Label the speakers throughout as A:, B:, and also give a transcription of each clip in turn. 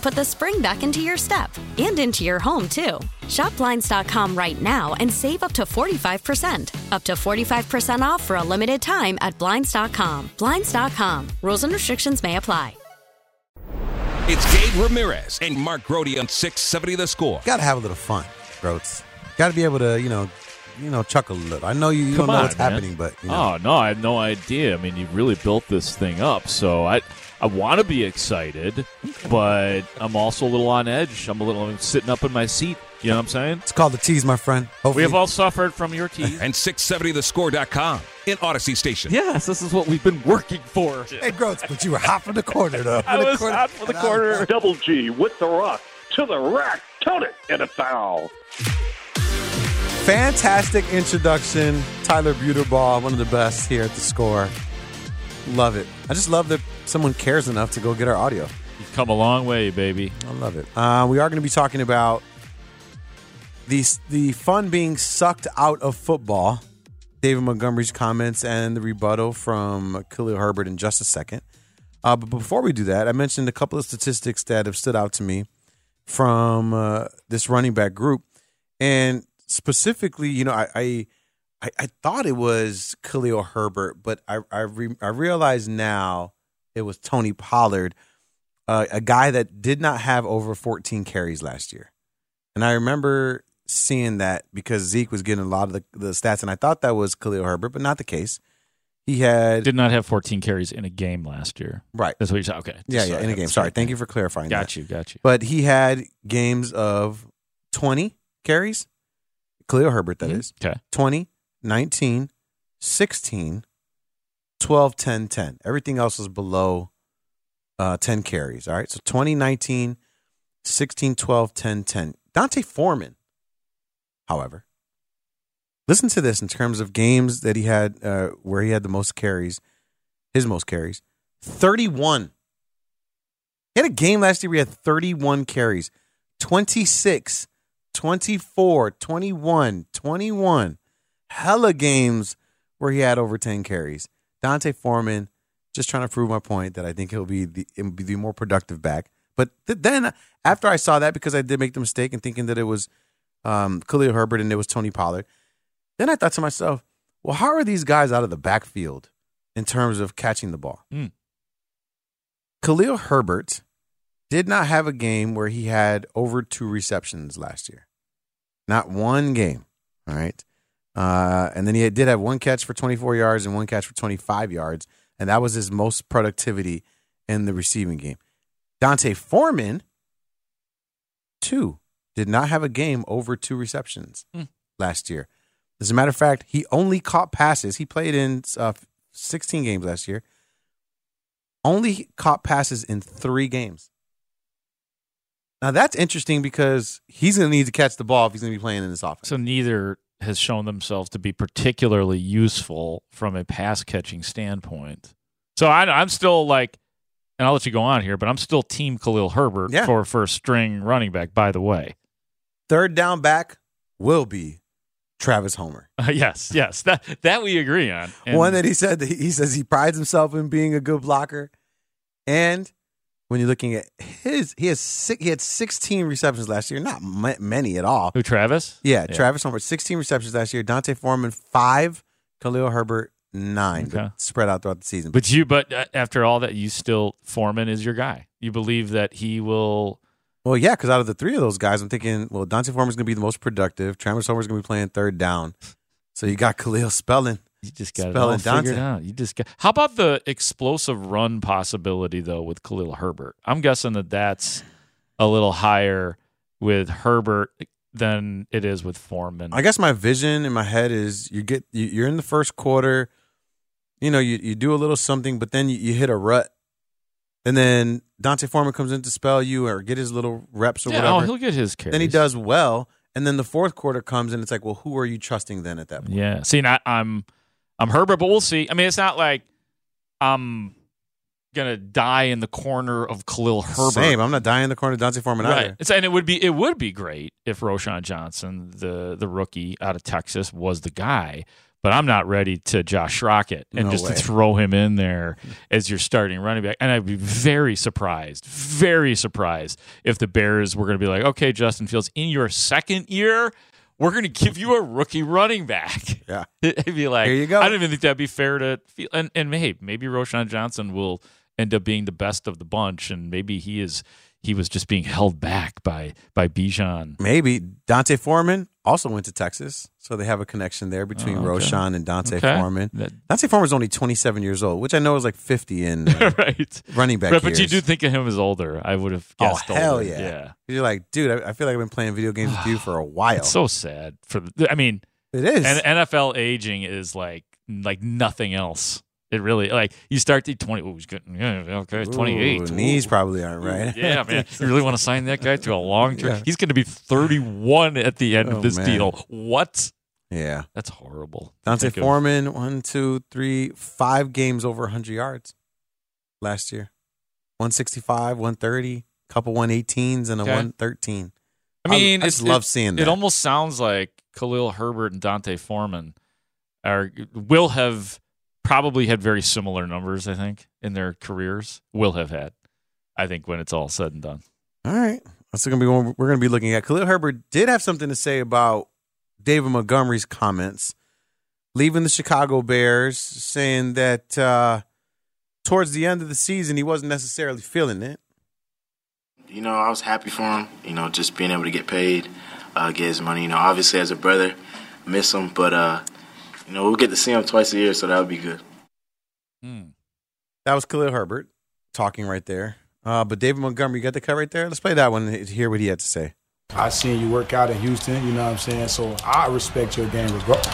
A: put the spring back into your step and into your home, too. Shop Blinds.com right now and save up to 45%. Up to 45% off for a limited time at Blinds.com. Blinds.com. Rules and restrictions may apply.
B: It's Gabe Ramirez and Mark Grody on 670 The Score.
C: Got to have a little fun, Groats. Got to be able to, you know, you know, chuckle a little. I know you, you
D: Come
C: don't know
D: on,
C: what's
D: man.
C: happening, but you know.
D: Oh no, I had no idea. I mean, you really built this thing up, so I I want to be excited, but I'm also a little on edge. I'm a little I'm sitting up in my seat. You know what I'm saying?
C: it's called the tease, my friend.
D: We
C: Hopefully,
D: have all suffered from your teeth.
B: And 670thescore.com in Odyssey Station.
D: yes, this is what we've been working for.
C: hey, Groats, but you were hot for the corner, though.
D: I
C: For the
D: was
C: corner.
D: out for the
C: And I was
D: corner.
E: Double G with the rock to the rack, tote it, and a foul.
C: Fantastic introduction, Tyler Buterbaugh, one of the best here at the score. Love it. I just love that someone cares enough to go get our audio.
D: You've come a long way, baby.
C: I love it. Uh, we are going to be talking about the the fun being sucked out of football. David Montgomery's comments and the rebuttal from Khalil Herbert in just a second. Uh, but before we do that, I mentioned a couple of statistics that have stood out to me from uh, this running back group, and specifically, you know, I I, I, I thought it was Khalil Herbert, but I I, re- I realize now it was Tony Pollard uh, a guy that did not have over 14 carries last year. And I remember seeing that because Zeke was getting a lot of the, the stats, and I thought that was Khalil Herbert, but not the case. He had
D: Did not have 14 carries in a game last year.
C: right,
D: That's what you're talking. Okay.
C: yeah,
D: Sorry,
C: yeah, in a
D: I'm
C: game. Sorry, thank you for clarifying. that.
D: Got you. Got you.
C: But he had games of 20 carries. Khalil Herbert, that is.
D: Okay.
C: 20, 19, 16, 12, 10, 10. Everything else was below uh, 10 carries. All right. So 20, 19, 16, 12, 10, 10. Dante Foreman, however, listen to this in terms of games that he had uh, where he had the most carries, his most carries 31. He had a game last year where he had 31 carries, 26 24, 21, 21. Hella games where he had over 10 carries. Dante Foreman, just trying to prove my point that I think he'll be the, he'll be the more productive back. But th- then after I saw that, because I did make the mistake in thinking that it was um, Khalil Herbert and it was Tony Pollard, then I thought to myself, well, how are these guys out of the backfield in terms of catching the ball?
D: Hmm.
C: Khalil Herbert did not have a game where he had over two receptions last year. Not one game. All right. Uh, and then he did have one catch for 24 yards and one catch for 25 yards. And that was his most productivity in the receiving game. Dante Foreman, two, did not have a game over two receptions
D: Hmm.
C: last year. As a matter of fact, he only caught passes. He played in uh, 16 games last year, only caught passes in three games. Now that's interesting because he's going to need to catch the ball if he's going to be playing in this offense.
D: So neither has shown themselves to be particularly useful from a pass catching standpoint. So I, I'm still like, and I'll let you go on here, but I'm still Team Khalil Herbert
C: Yeah.
D: for first string running back. By the way,
C: Third down back will be Travis Homer.
D: yes, yes, that that we agree on. And-
C: One that he said that he says he prides himself in being a good blocker, and when you're looking at his, he has six, he had 16 receptions last year, not ma- many at all.
D: who Travis?
C: Yeah, Travis Homer, 16 receptions last year. Dante Foreman five, Khalil Herbert nine,
D: Okay.
C: but spread out throughout the season.
D: But you, but uh, after all that, you still Foreman is your guy. You believe that he will.
C: Well, yeah, because out of the three of those guys, I'm thinking, well, Dante Foreman's going to be the most productive. Travis Homer's going to be playing third down. So you got Khalil Spelling.
D: You just got it
C: Spell
D: all
C: and Dante.
D: figured out. You just got. How about the explosive run possibility though with Khalil Herbert? I'm guessing that that's a little higher with Herbert than it is with Foreman.
C: I guess my vision in my head is you get you- you're in the first quarter, you know, you, you do a little something, but then you, you hit a rut, and then Dante Foreman comes in to spell you or get his little reps or
D: yeah, oh,
C: whatever.
D: he'll get his carries.
C: then he does well, and then the fourth quarter comes and it's like, well, who are you trusting then at that point?
D: Yeah. See, and I, I'm I'm Herbert, but we'll see. I mean, it's not like I'm gonna die in the corner of Khalil Herbert.
C: Same. I'm not dying in the corner of Dante Foreman
D: Right.
C: either.
D: It's, and it would be it would be great if Roshan Johnson, the the rookie out of Texas, was the guy. But I'm not ready to Josh Rocket and
C: No
D: just to
C: way.
D: throw him in there as your starting running back. And I'd be very surprised, very surprised if the Bears were going to be like, okay, Justin Fields, in your second year, we're going to give you a rookie running back.
C: Yeah.
D: It'd be like,
C: Here you go.
D: I don't even think that'd be fair to feel. And, and hey, maybe Roshan Johnson will end up being the best of the bunch, and maybe he is. He was just being held back by by Bijan.
C: Maybe Dante Foreman also went to Texas, so they have a connection there between
D: Oh, okay.
C: Roshan and Dante
D: Okay.
C: Foreman.
D: That-
C: Dante Foreman's only 27 years old, which I know is like 50 in uh,
D: right.
C: running back
D: Right, but you
C: years.
D: do think of him as older. I would have
C: Oh,
D: guessed.
C: hell
D: older.
C: yeah. You're like, dude, I, I feel like I've been playing video games with you for a while.
D: It's so sad. For the, I mean,
C: it is.
D: and NFL aging is like like nothing else. It really like you start to twenty. Oh, he's getting yeah, okay,
C: Ooh,
D: twenty eight.
C: Knees probably aren't right.
D: yeah, man. You really want to sign that guy to a long term?
C: Yeah.
D: He's going to be 31 at the end
C: Oh,
D: of this
C: man.
D: deal. What?
C: yeah.
D: That's horrible.
C: Dante
D: Think of-
C: Foreman, one, two, three, five games over 100 yards last year 165, 130, couple 118s, and a
D: Okay.
C: 113.
D: I mean,
C: I
D: it's,
C: just love
D: it-
C: seeing
D: It
C: that.
D: almost sounds like Khalil Herbert and Dante Foreman are will have probably had very similar numbers. I think in their careers will have had. I think when it's all said and done.
C: All right. That's going to be one we're going to be looking at. Khalil Herbert did have something to say about David Montgomery's comments, leaving the Chicago Bears, saying that uh, towards the end of the season, he wasn't necessarily feeling it.
F: You know, I was happy for him. You know, just being able to get paid, uh, get his money. You know, obviously as a brother, miss him, but uh, you know we'll get to see him twice a year, so that would be good.
C: That was Khalil Herbert talking right there. Uh, but David Montgomery, you got the cut right there? Let's play that one and hear what he had to say.
G: I seen you work out in Houston, you know what I'm saying? So I respect your game regard.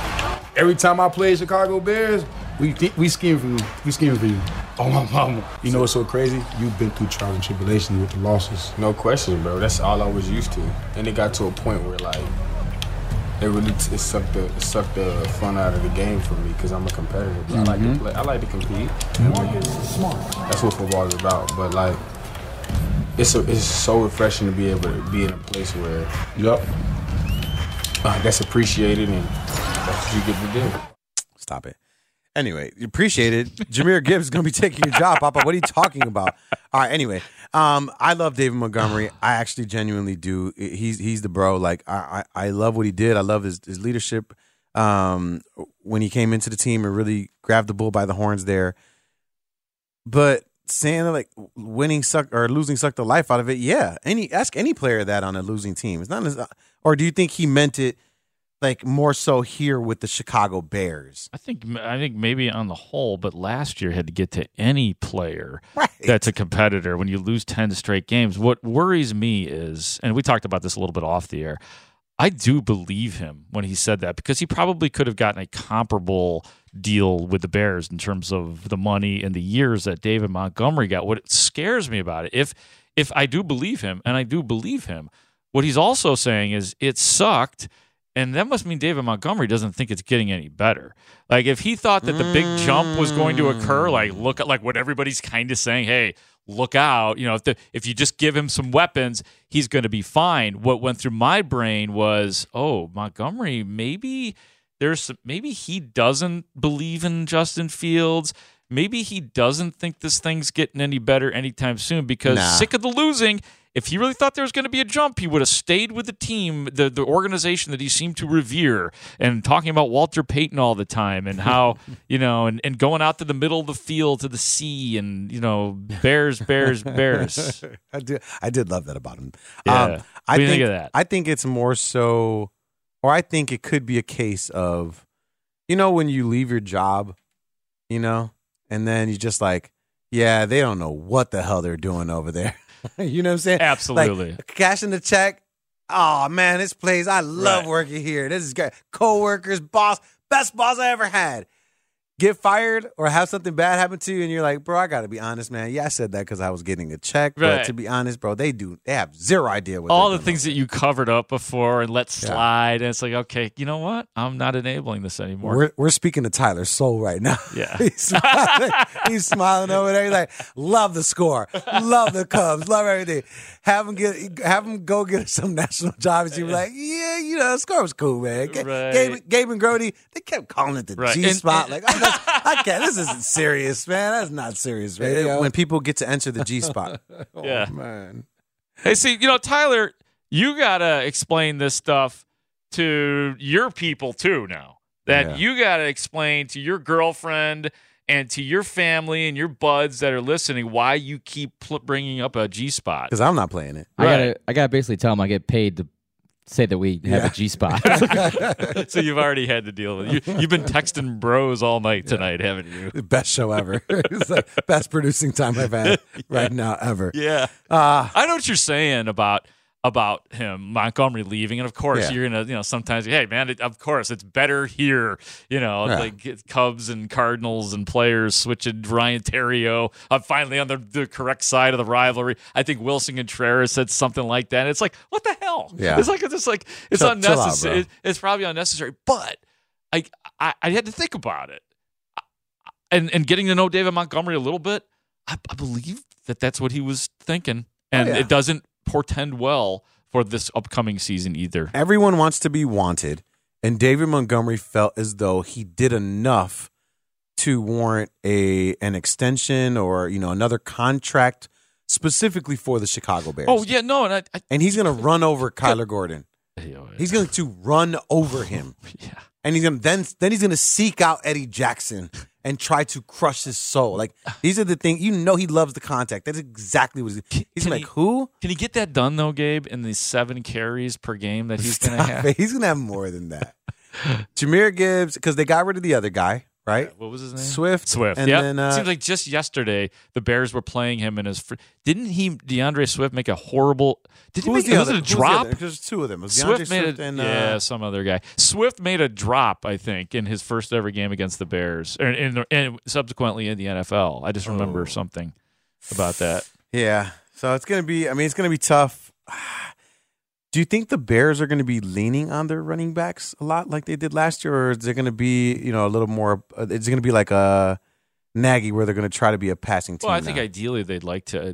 G: Every time I play Chicago Bears, we thi- we scheme for you. We scheme for you. Oh my mama. You know what's so crazy? You've been through trials and tribulations with the losses.
H: No question, bro. That's all I was used to, and it got to a point where like it really t- it sucked the it sucked the fun out of the game for me because I'm a competitor. bro. I like
G: Mm-hmm.
H: to play. I like to compete. That's what football is about. But like, it's a, it's so refreshing to be able to be in a place where
G: Yup.
H: uh, that's appreciated and that's what you get to do.
C: Stop it. Anyway, you appreciate it. Jameer Gibbs is going to be taking your job, Papa. What are you talking about? All right. Anyway, um, I love David Montgomery. I actually genuinely do. He's he's the bro. Like I I, I love what he did. I love his his leadership. Um, when he came into the team and really grabbed the bull by the horns there. But saying that like winning suck or losing sucked the life out of it. Yeah. Any ask any player that on a losing team. It's not as. Or do you think he meant it? Like more so here with the Chicago Bears.
D: I think I think maybe on the whole, but last year had to get to any player
C: Right.
D: that's a competitor when you lose 10 straight games. What worries me is, and we talked about this a little bit off the air, I do believe him when he said that because he probably could have gotten a comparable deal with the Bears in terms of the money and the years that David Montgomery got. What scares me about it, if if I do believe him, and I do believe him, what he's also saying is it sucked. And that must mean David Montgomery doesn't think it's getting any better. Like if he thought that the big jump was going to occur, like look at like what everybody's kind of saying, hey, look out. You know, if the, if you just give him some weapons, he's going to be fine. What went through my brain was, oh, Montgomery, maybe there's maybe he doesn't believe in Justin Fields. Maybe he doesn't think this thing's getting any better anytime soon because
C: Nah.
D: sick of the losing. If he really thought there was going to be a jump, he would have stayed with the team, the, the organization that he seemed to revere, and talking about Walter Payton all the time and how, you know, and, and going out to the middle of the field to the sea and, you know, bears, bears, bears.
C: I do. I did love that about him. Um,
D: Yeah.
C: I
D: What do you think of that?
C: I think it's more so, or I think it could be a case of, you know, when you leave your job, you know, and then you just like, yeah, they don't know what the hell they're doing over there. you know what I'm saying? Like,
D: Absolutely.
C: cashing the check. Oh man, this place. I love
D: Right.
C: working here. This is good. Coworkers, boss, best boss I ever had. Get fired or have something bad happen to you, and you're like, bro, I gotta be honest, man. Yeah, I said that because I was getting a check. But
D: Right.
C: to be honest, bro, they do they have zero idea what
D: all
C: they're
D: the
C: doing.
D: things that you covered up before and let slide. And it's like, okay, you know what? I'm not enabling this anymore.
C: We're, we're speaking to Tyler Soul right now.
D: Yeah.
C: he's, smiling, he's smiling over there. He's like, "Love the score, love the Cubs, love everything." Have him get, have him go get some national jobs. And you be like, "Yeah, you know, the score was cool, man." Ga-
D: Right.
C: Gabe, Gabe and Grody, they kept calling it the
D: Right.
C: G spot.
D: And-
C: Like, oh, that's, I can't. This isn't serious, man. That's not serious, man. When people get to enter the G spot,
D: yeah.
C: man.
D: Hey, see, you know, Tyler, you gotta explain this stuff to your people too now. That
C: Yeah.
D: you gotta explain to your girlfriend and to your family and your buds that are listening why you keep pl- bringing up a G spot.
C: Because I'm not playing it.
I: I
D: Right.
I: gotta, I gotta basically tell them I get paid to say that we have
C: Yeah.
I: a G spot.
D: so you've already had to deal with it. You, you've been texting bros all night tonight, haven't you?
C: The best show ever. it's like best producing time I've had right now ever.
D: Yeah.
C: Ah.
D: I know what you're saying about about him Montgomery leaving, and of course
C: Yeah.
D: you're gonna you know sometimes hey man, it, of course it's better here, you know
C: Yeah.
D: like it's Cubs and Cardinals and players switching Ryan Terrio. I'm finally on the, the correct side of the rivalry. I think Wilson Contreras said something like that. It's like what the hell?
C: Yeah.
D: it's like it's just like it's
C: Chill- chill out,
D: unnecessary.
C: bro.
D: It- it's probably unnecessary, but I, I I had to think about it, I- and and getting to know David Montgomery a little bit. I, I believe that that's what he was thinking, and
C: Oh, yeah.
D: it doesn't portend well for this upcoming season either.
C: Everyone wants to be wanted, and David Montgomery felt as though he did enough to warrant a an extension or you know another contract specifically for the Chicago Bears.
D: Oh yeah, no, and I, I
C: And he's going to run over Kyler Gordon. He's going to run over him.
D: yeah,
C: And he's gonna, then then he's going to seek out Eddie Jackson and try to crush his soul. Like these are the things you know he loves the contact. That's exactly what he's, he's
D: can
C: like.
D: he-
C: Who?
D: can he get that done though, Gabe? In the seven carries per game that he's going to
C: Stop
D: have.
C: it. He's gonna have more than that. Jameer Gibbs, because they got rid of the other guy, right?
D: What was his name?
C: Swift.
D: Swift.
C: And
D: yep.
C: then uh,
D: Seems like just yesterday the Bears were playing him in his. Fr- didn't he DeAndre Swift make a horrible? Did he
C: who was
D: make
C: the
D: it
C: other?
D: was it
C: who
D: a
C: was the
D: drop?
C: other? There's two of them. It was DeAndre
D: Swift made
C: Swift
D: a
C: and uh,
D: yeah, some other guy. Swift made a drop, I think, in his first ever game against the Bears, or in, the- and subsequently in the NFL. I just remember
C: Oh.
D: something about that.
C: yeah. So it's gonna be. I mean, it's gonna be tough. Do you think the Bears are going to be leaning on their running backs a lot like they did last year, or is it going to be you know a little more? uh, It's going to be like a Nagy where they're going to try to be a passing team.
D: Well, I think
C: now?
D: ideally they'd like to uh,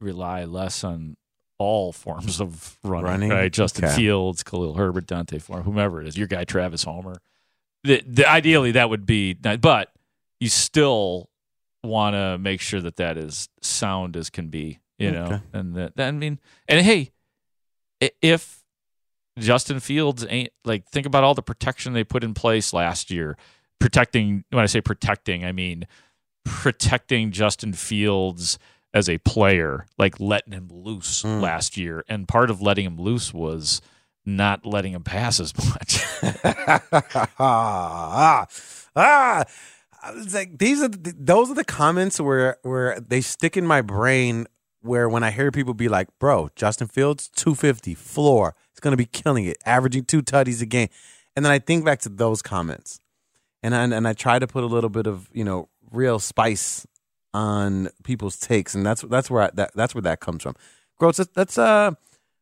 D: rely less on all forms of running,
C: Running?
D: right? Justin
C: Okay.
D: Fields, Khalil Herbert, Dante Form, whomever it is, your guy Travis Homer. The, the, ideally, that would be, but you still want to make sure that that is sound as can be, you know.
C: Okay.
D: And that, that- I mean, and hey, i- if Justin Fields ain't like, think about all the protection they put in place last year. Protecting, when I say protecting, I mean protecting Justin Fields as a player, like letting him loose
C: Mm.
D: last year. And part of letting him loose was not letting him pass as much.
C: ah, ah. It's like these are the, those are the comments where where they stick in my brain. Where when I hear people be like, "Bro, Justin Fields, two fifty floor, it's gonna be killing it, averaging two tutties a game," and then I think back to those comments, and I, and I try to put a little bit of you know real spice on people's takes, and that's that's where I, that that's where that comes from. Gross. Let's, let's uh,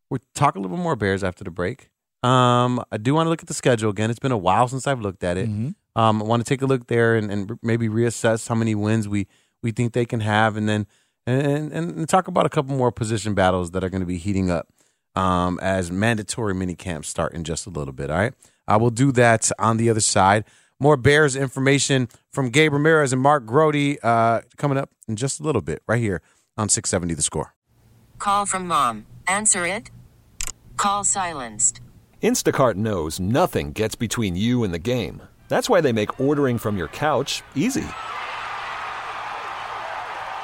C: we'll talk a little bit more Bears after the break. Um, I do want to look at the schedule again. It's been a while since I've looked at it. Um, I want to take a look there and, and maybe reassess how many wins we we think they can have, and then and, and, and talk about a couple more position battles that are going to be heating up um, as mandatory mini camps start in just a little bit. All right. I will do that on the other side. More Bears information from Gabe Ramirez and Mark Grody uh, coming up in just a little bit, right here on 670 The Score.
J: Call from mom. Answer it. Call silenced.
K: Instacart knows nothing gets between you and the game. That's why they make ordering from your couch easy.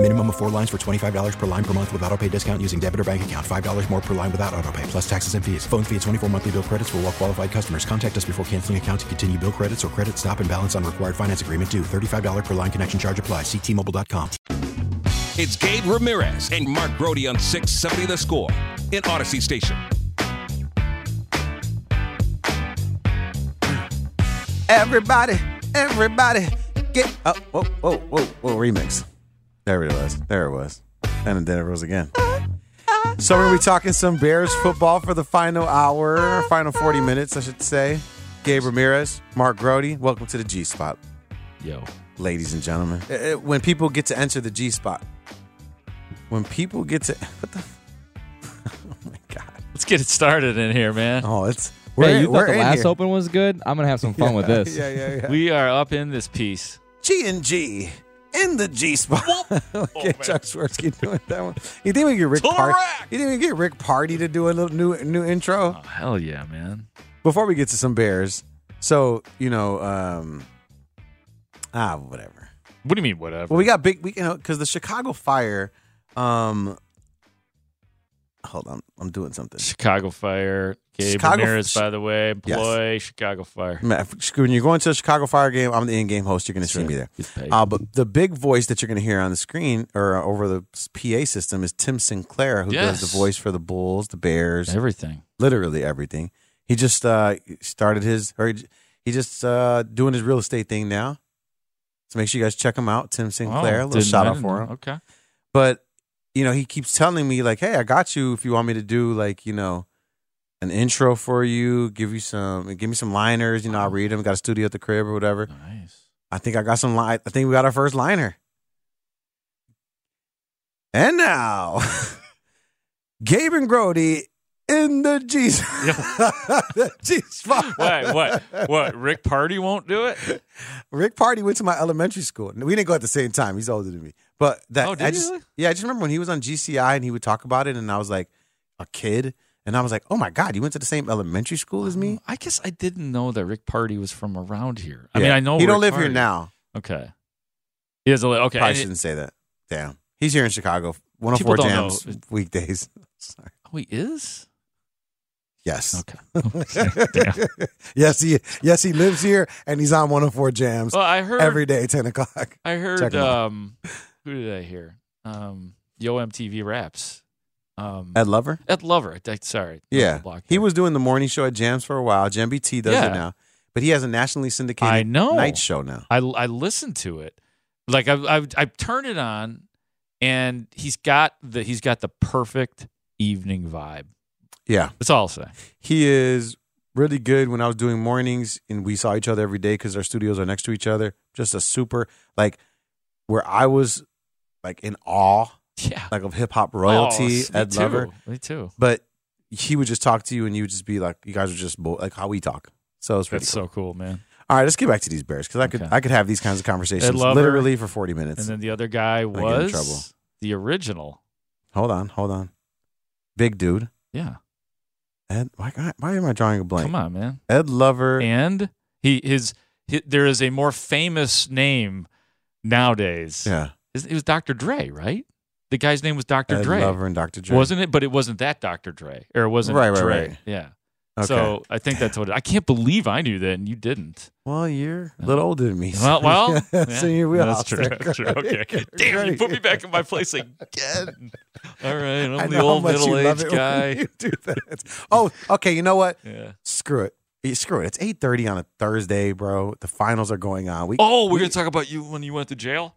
L: Minimum of four lines for $25 per line per month with auto pay discount using debit or bank account. $5 more per line without auto pay, plus taxes and fees. Phone fee at 24 monthly bill credits for all well qualified customers. Contact us before canceling account to continue bill credits or credit stop and balance on required finance agreement due. $35 per line connection charge applies. Ctmobile.com.
B: It's Gabe Ramirez and Mark Grody on 670 The Score in Odyssey Station.
C: Everybody, everybody, get up. Whoa, whoa, whoa, whoa, remix. There it was. There it was. And then it was again. So we're gonna be talking some Bears football for the final hour, final 40 minutes, I should say. Gabe Ramirez, Mark Grody, welcome to the G Spot.
D: Yo.
C: Ladies and gentlemen. Eh, eh, When people get to enter the G Spot. When people get to what the
D: Let's get it started in here, man.
C: Oh, it's
I: We're, you thought the last open was good? I'm gonna have some fun with this.
D: We are up in this piece.
C: G and G in the G spot. okay, Chuck Swirsky doing that one. You think we get Rick
D: To the
C: Party?
D: rack!
C: You think we get Rick Party to do a little new new intro?
D: Hell yeah, man.
C: Before we get to some Bears, so you know, um ah, whatever.
D: What do you mean, whatever?
C: Well, we got big, we, you know, because the Chicago Fire. um Hold on, I'm doing something.
D: Chicago Fire. Gabe
C: Chicago-
D: Ramirez, by the way, employee, Chicago Fire.
C: Ma- if- When you're going to a Chicago Fire game, I'm the in-game host. You're going to see me there.
D: paid.
C: Uh, but the big voice that you're going to hear on the screen or uh, over the s- PA system is Tim Sinclair, who
D: Yes.
C: does the voice for the Bulls, the Bears,
D: Everything.
C: literally everything. He just uh, started his, or he j- he just uh, doing his real estate thing now. So make sure you guys check him out, Tim Sinclair. a little
D: Oh, didn't-
C: shout
D: I
C: out
D: didn't
C: for
D: know.
C: him.
D: Okay.
C: But you know, he keeps telling me like, "Hey, I got you. If you want me to do like, you know, an intro for you, give you some, give me some liners. You know, I'll read them. Got a studio at the crib or whatever.
D: Nice.
C: I think I got some. Li- I think we got our first liner. And now, Gabe and Grody in the G. the G spot.
D: Wait, what? What? Rick Party won't do it?
C: Rick Party went to my elementary school. We didn't go at the same time. He's older than me. But that
D: Oh, did
C: I
D: you
C: just
D: really?
C: yeah, I just remember when he was on GCI and he would talk about it, and I was like a kid, and I was like, oh my god, you went to the same elementary school as me.
D: I guess I didn't know that Rick Party was from around here. I
C: Yeah.
D: mean, I know
C: he don't
D: Rick
C: live here
D: Party.
C: now.
D: Okay. He doesn't live. Okay.
C: Probably
D: and it-
C: shouldn't say that. Damn, he's here in Chicago. 104
D: People don't
C: jams
D: know.
C: weekdays. Sorry.
D: oh, he is.
C: Yes.
D: Okay.
C: yes, he yes he lives here and he's on 104 jams
D: Well, I heard.
C: every day 10 o'clock.
D: I
C: Check
D: heard.
C: him out.
D: Um, who did I hear? Um, Yo MTV raps. Um,
C: Ed Lover.
D: Ed Lover. I- sorry.
C: Yeah,
D: Block
C: he
D: there.
C: was doing the morning show at Jams for a while. Jam BT does
D: Yeah.
C: it now, but he has a nationally syndicated
D: I know.
C: night show now.
D: I I listened to it, Like I've I've, I've turned it on, and he's got the he's got the perfect evening vibe.
C: Yeah.
D: That's all I'll say.
C: He is really good when I was doing mornings and we saw each other every day because our studios are next to each other. Just a super, like, where I was like in awe,
D: yeah.
C: like of hip hop royalty
D: Oh, me
C: Ed
D: too.
C: Lover.
D: Me too.
C: But he would just talk to you and you would just be like, you guys are just bo- like how we talk. So it's pretty
D: That's
C: cool.
D: so cool, man.
C: All right, let's get back to these bears because I could
D: Okay.
C: I could have these kinds of
D: Ed
C: conversations
D: Lover.
C: literally for forty minutes.
D: And then the other guy
C: get in
D: was
C: trouble.
D: the original.
C: hold on, hold on, big dude.
D: Yeah.
C: Ed, why why am I drawing a blank?
D: Come on, man.
C: Ed Lover.
D: And he his, hi there is a more famous name nowadays.
C: Yeah.
D: Is- It was Dr. Dre, right? The guy's name was Dr.
C: Ed
D: Dre.
C: Lover and Dr. Dre.
D: Wasn't it? But it wasn't that Dr. Dre. Or it wasn't
C: Right, right,
D: Dre.
C: right.
D: Yeah.
C: Okay.
D: So I think that's what it, I can't believe I knew that and you didn't.
C: Well, you're a little older than me.
D: Well, well, yeah,
C: so you're wheelhouse.
D: that's true.
C: there.
D: That's true. Okay. Damn, you put me back in my place again. All right, I'm
C: I
D: the
C: know how
D: old
C: much you love
D: middle-aged
C: it when
D: guy.
C: you do that. Oh, okay. You know what?
D: Yeah.
C: Screw it. Eh, Screw it. It's eight thirty on a Thursday, bro. The finals are going on. We
D: oh, we're gonna talk about you when you went to jail.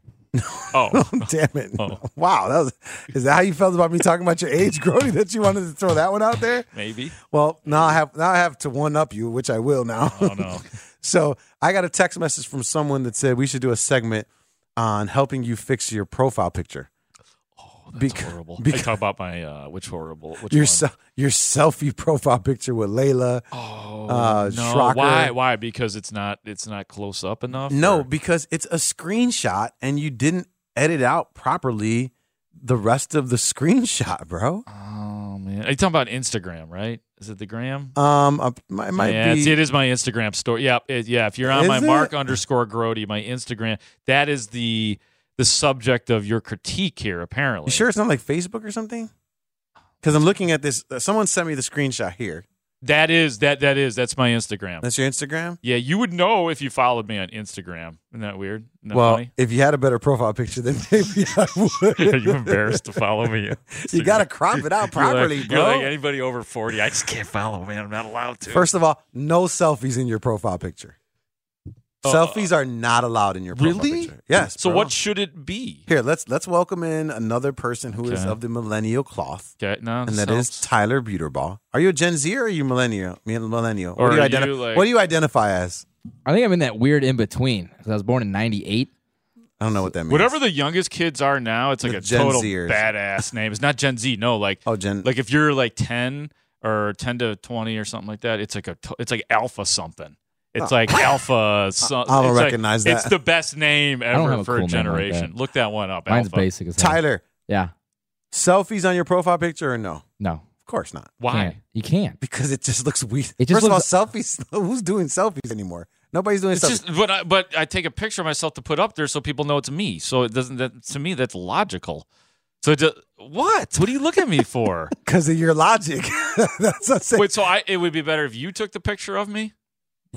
C: Oh,
D: Oh,
C: damn it! Wow, that was. Is that how you felt about me talking about your age, Grody? That you wanted to throw that one out there?
D: maybe.
C: Well, now I have now I have to one up you, which I will now.
D: Oh no.
C: so I got a text message from someone that said we should do a segment on helping you fix your profile picture.
D: Oh, that's
C: Bec-
D: horrible.
C: bec-
D: I talk about my uh, which horrible. Which
C: your
D: one?
C: se- your selfie profile picture with Layla.
D: Oh,
C: uh,
D: no.
C: Schrocker.
D: Why? Why? Because it's not. It's not close up enough.
C: No,
D: Or-
C: because it's a screenshot and you didn't edit out properly the rest of the screenshot, bro.
D: Oh man, are you talking about Instagram? Right? Is it the gram?
C: Um, uh, it might
D: yeah,
C: be.
D: it's- it is my Instagram story. Yeah, it- yeah. If you're on
C: Is
D: my
C: it?
D: Mark underscore Grody, my Instagram, that is the the subject of your critique here. Apparently,
C: You sure it's not like Facebook or something? Because I'm looking at this. uh, Someone sent me the screenshot here.
D: that is that that is that's my Instagram.
C: That's your Instagram.
D: yeah, you would know if you followed me on Instagram. Isn't that weird? Isn't that
C: well,
D: funny?
C: if you had a better profile picture, then maybe I would.
D: Are you embarrassed to follow me? on
C: You gotta
D: Instagram?
C: crop it out
D: You're like-
C: properly,
D: you're
C: bro.
D: like, anybody over forty, I just can't follow, man. I'm not allowed to.
C: First of all, no selfies in your profile picture.
D: Uh,
C: selfies are not allowed in your profile
D: really?
C: picture. Yes.
D: uh, So
C: bro.
D: what should it be?
C: Here, let's let's welcome in another person who is
D: Okay.
C: of the millennial cloth,
D: Okay, no,
C: and that
D: so-
C: is Tyler Buterbaugh. Are you a Gen Z or are you millennial? Me- Millennial.
D: Or
C: what do you,
D: are
C: identi-
D: you, like-
C: What do you identify as?
I: I think I'm in that weird in between because I was born in '98.
C: I don't know what that means.
D: Whatever the youngest kids are now, it's like
C: The
D: a
C: Gen
D: total
C: Zers.
D: badass name. It's not Gen Z. No, like
C: Oh, Gen.
D: like if you're like ten or ten to twenty or something like that, it's like a to- it's like alpha something. It's
C: Oh.
D: like alpha. So-
C: I don't
D: it's like-
C: recognize that.
D: It's the best name
I: don't have
D: ever
I: a
D: for
I: cool name
D: a
I: like
D: generation.
I: that.
D: Look that one up.
I: Mine's
D: alpha.
I: basic as hell.
C: Tyler,
I: Yeah.
C: selfies on your profile picture or no? Of
I: No.
C: course not.
D: Why?
I: Can't. You can't.
C: Because it just looks weird.
I: It just
C: First
I: looks-
C: of all, selfies. Who's doing selfies anymore? Nobody's doing
D: It's
C: selfies.
D: just but I, but I take a picture of myself to put up there so people know it's me. So it doesn't that to me that's logical. So it do- what? What do you look at me for?
C: Because of your logic. That's what I'm saying.
D: Wait, so I it would be better if you took the picture of me.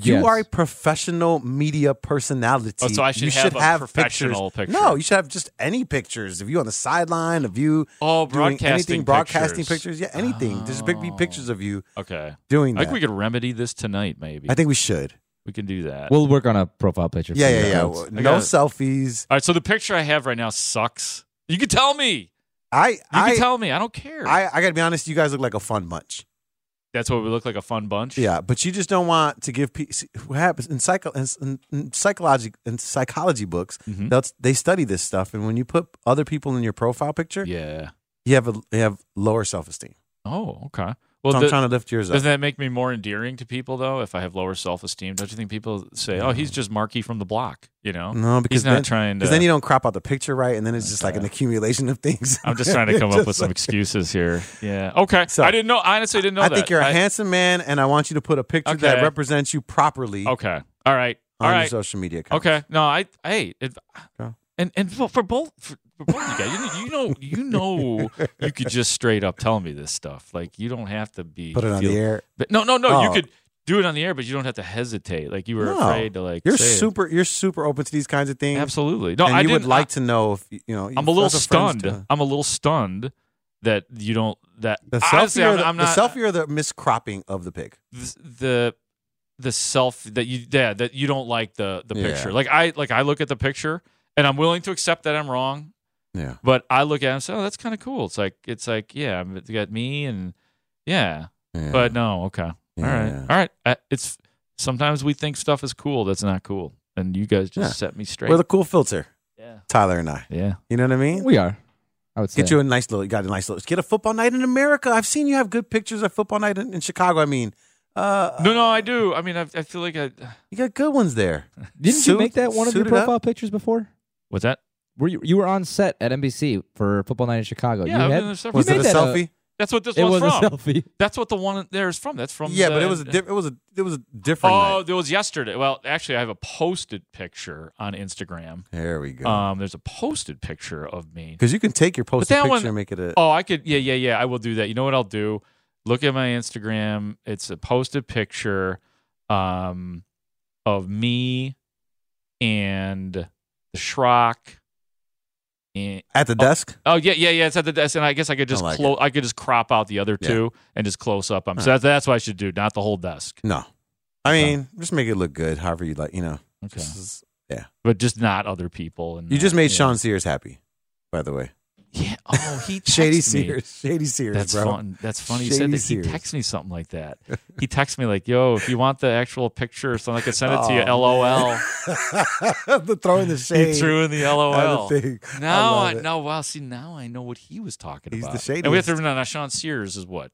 C: You
I: Yes.
C: are a professional media personality.
D: Oh, so I should
C: you
D: have
C: should
D: a
C: have
D: professional
C: pictures.
D: picture.
C: No, you should have just any pictures of you on the sideline, of you
D: Oh,
C: doing
D: broadcasting
C: anything, broadcasting
D: pictures.
C: pictures, yeah, anything. Just big be pictures of you
D: Okay.
C: doing
D: I
C: that.
D: think we could remedy this tonight, maybe.
C: I think we should.
D: we can do that.
I: We'll work on a profile picture. for
C: Yeah,
I: you
C: yeah, yeah.
I: folks.
C: No
D: got it.
C: selfies.
D: All right, so the picture I have right now sucks. You can tell me.
C: I,
D: You
C: I,
D: can tell me. I don't care.
C: I, I gotta be honest. You guys look like a fun bunch.
D: That's what we look like a fun bunch.
C: Yeah, but you just don't want to give. pe- see, What happens in psycho in, in- in psychology in psychology books?
D: Mhm.
C: That's they study this stuff, and when you put other people in your profile picture,
D: Yeah.
C: you have a you have lower self esteem.
D: Oh, okay. Well,
C: so I'm
D: the-
C: trying to lift yours up.
D: doesn't that make me more endearing to people though? If I have lower self esteem, don't you think people say, "Oh, he's just Marky from the block," you know?
C: No, because
D: he's not
C: then,
D: trying to.
C: Because then you don't crop out the picture right, and then it's just like an accumulation of things.
D: I'm just trying to come up
C: Just
D: with some
C: like-
D: excuses here. Yeah. Okay.
C: So-
D: I didn't know. Honestly, I didn't know
C: I
D: that.
C: think you're a
D: I-
C: handsome man, and I want you to put a picture that
D: Okay.
C: represents you properly
D: Okay. All right.
C: on
D: All
C: your
D: right.
C: social media. Accounts.
D: Okay. No, I. Hey. It,
C: Go.
D: and and for, for both for, for both you guys, you, know- you know you know you could just straight up tell me this stuff. Like you don't have to be
C: Put it on
D: feel-
C: the air.
D: But no, no, no.
C: Oh.
D: You could do it on the air, but you don't have to hesitate. Like you were
C: No.
D: afraid to like.
C: You're
D: say it.
C: super. You're super open to these kinds of things.
D: Absolutely. No,
C: and
D: I
C: you would
D: didn't-
C: like
D: I-
C: to know if you know.
D: I'm a little
C: friends of friends
D: stunned.
C: do.
D: I'm a little stunned that you don't that
C: The selfie,
D: honestly,
C: or
D: I'm,
C: the,
D: I'm
C: the
D: not
C: selfie or the miscropping of the pic.
D: th- the the self that you yeah that you don't like the the
C: Yeah.
D: picture like i like i look at the picture and I'm willing to accept that I'm wrong.
C: Yeah.
D: But I look at it and say, oh, that's kind of cool. It's like it's like yeah, you got me and yeah,
C: Yeah.
D: but no, okay, all
C: Yeah.
D: right, all right. Uh, It's sometimes we think stuff is cool that's not cool, and you guys just
C: Yeah.
D: set me straight.
C: We're the cool filter.
D: Yeah.
C: Tyler and I.
D: Yeah.
C: You know what I mean?
I: We are. I would
C: Get
I: say.
C: you a nice little. You got a nice little. Get a football night in America. I've seen you have good pictures of football night in, in Chicago. I mean, uh,
D: no, no, I do. I mean, I, I feel like I.
C: you got good ones there.
I: Didn't you
C: Suit-
I: make that one of your
C: suited up.
I: profile pictures before?
D: What's that?
I: Were you you were on set at NBC for Football Night in Chicago?
D: Yeah,
I: you
D: I've
I: had,
D: been there several
I: you made
D: times.
I: that, uh,
D: That's what this
I: it
D: one's
I: was
D: from.
I: a selfie.
D: That's what the one there is from. That's from.
C: Yeah, but
D: the-
C: it was a diff- it was a it was a different. night.
D: Oh, it was yesterday. Well, actually, I have a posted picture on Instagram.
C: There we go.
D: Um, there's a posted picture of me.
C: Because you can take your
D: But
C: posted
D: that
C: picture
D: one-
C: and make it a.
D: Oh, I could. Yeah, yeah, yeah. I will do that. You know what I'll do? Look at my Instagram. It's a posted picture um, of me and the Shrock. And,
C: At the desk?
D: Oh yeah, yeah, yeah. It's at the desk, and I guess I could just
C: I like
D: close. I could just crop out the other
C: Yeah.
D: two and just close up. I'm
C: All
D: so
C: right.
D: that's, that's what I should do, not the whole desk,
C: No, I mean just make it look good. However you like, you know.
D: Okay.
C: This is- yeah.
D: but just not other people. And
C: You just made
D: yeah.
C: Sean Sears happy, by the way.
D: Yeah. Oh, he texted
C: Shady
D: me.
C: Sears. Shady Sears,
D: That's
C: bro.
D: fun. That's funny. He
C: Shady
D: said that
C: Sears.
D: he texted me something like that. He texted me like, "Yo, if you want the actual picture, or something, I could send it to you."
C: Oh,
D: LOL.
C: the throwing the shade.
D: He threw in the LOL.
C: That's the thing. I
D: Now
C: love
D: I,
C: it.
D: now wow. See, now I know what he was talking
C: He's the
D: about. And we have
C: shadiest.
D: to remember now. Sean Sears is what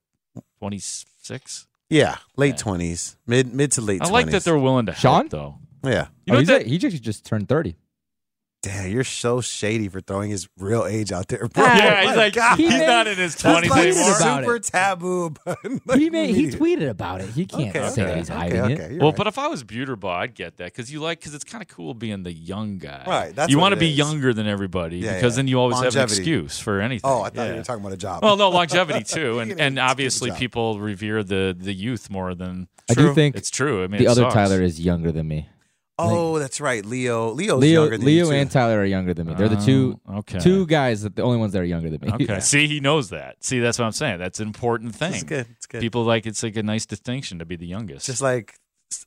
D: twenty six.
C: Yeah, late twenties, mid mid to late.
D: I like that
C: 20s.
D: they're willing to help,
I: Sean?
D: though.
C: Yeah.
D: You know
I: oh, he's
D: that-
I: a- he just, just turned thirty.
C: Damn, you're so shady for throwing his real age out there, bro.
D: Yeah,
C: My
D: he's like
C: God.
D: he's not in his
C: That's
D: twenties
C: like
D: anymore.
I: about
C: Super
I: it.
C: taboo. but, like,
I: He made, he
C: media.
I: tweeted about it. He can't
C: Okay,
I: say that
C: okay,
I: he's
C: okay,
I: hiding
C: okay,
I: it.
C: you're
D: Well,
C: right.
D: but if I was Buterbaugh, I'd get that because you like because it's kind of cool being the young guy.
C: Right, that's
D: you
C: what
D: want to
C: it
D: be
C: is.
D: younger than everybody
C: Yeah,
D: because
C: yeah.
D: then you always have an
C: Longevity.
D: excuse for anything.
C: Oh, I thought you
D: Yeah.
C: were talking about a job.
D: Well, no, longevity too,
C: You
D: and
C: know,
D: and
C: it's a
D: obviously
C: job.
D: people revere the the youth more than
I: I do think
D: it's true. I mean,
I: the
D: it
I: other
D: sucks.
I: Tyler is younger than me.
C: Oh, that's right, Leo. Leo's
I: Leo,
C: younger than you
I: Leo,
C: too.
I: and Tyler are younger than me.
E: Uh-huh.
I: They're the
D: Oh,
I: two
D: okay.
I: two guys that the only ones that are younger than me.
D: Okay, see, he knows that. See, that's what I'm saying. That's an important thing.
C: It's good. It's good.
D: People like it's like a nice distinction to be the youngest.
C: just like,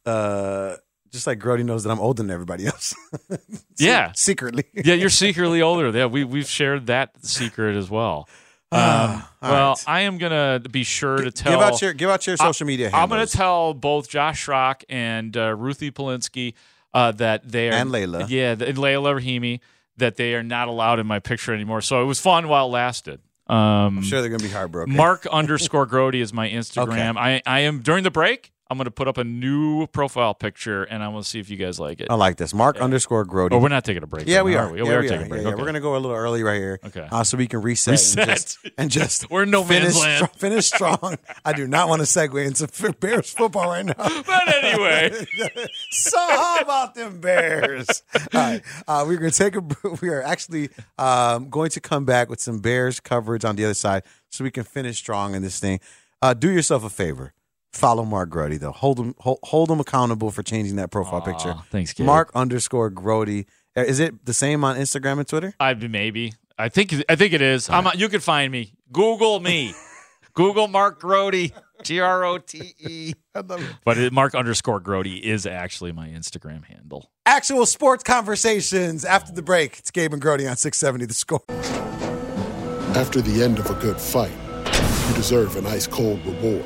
C: uh, just like Grody knows that I'm older than everybody else.
D: yeah,
C: secretly.
D: yeah, you're secretly older. Yeah, we we've shared that secret as well. Um,
C: Ah, all
D: well,
C: right.
D: I am gonna be sure to tell.
C: give out your give out your social media.
D: I'm going
C: handles.
D: to tell both Josh Rock and uh, Ruthie Polinsky uh, that they are
C: And Layla.
D: yeah, th- and Layla Rahimi that they are not allowed in my picture anymore. So it was fun while it lasted. Um,
C: I'm sure they're gonna be heartbroken.
D: Mark underscore Grody is my Instagram. I, I am during the break. I'm going to put up a new profile picture and I'm going to see if you guys like it.
C: I like this. Mark underscore Grody.
D: Oh, we're not taking a break.
C: Oh. Yeah,
D: right
C: we
D: now,
C: are.
D: We? Oh,
C: Yeah, we
D: we are
C: are.
D: taking a
C: Yeah,
D: break.
C: yeah.
D: Okay.
C: We're gonna go a little early right here.
D: Okay.
C: Uh, so we can reset.
D: Reset.
C: And just, and just
D: We're in no
C: finish,
D: man's land.
C: str- Finish strong. I do not want to segue into f- Bears football right now.
D: But anyway.
C: so how about them Bears? All right. Uh, we're gonna take a. br- We are actually um, going to come back with some Bears coverage on the other side, so we can finish strong in this thing. Uh, do yourself a favor. Follow Mark Grody though. Hold him hold, hold him accountable for changing that profile picture.
D: thanks, Gabe.
C: Mark underscore Grody. Uh, Is it the same on Instagram and Twitter?
D: I maybe. I think I think it is. I'm, you can find me. Google me. Google Mark Grody. G R O T E.
C: I love it.
D: But it, Mark underscore Grody is actually my Instagram handle.
C: Actual sports conversations after the break. It's Gabe and Grody on 670 The Score.
M: After the end of a good fight, you deserve an ice cold reward.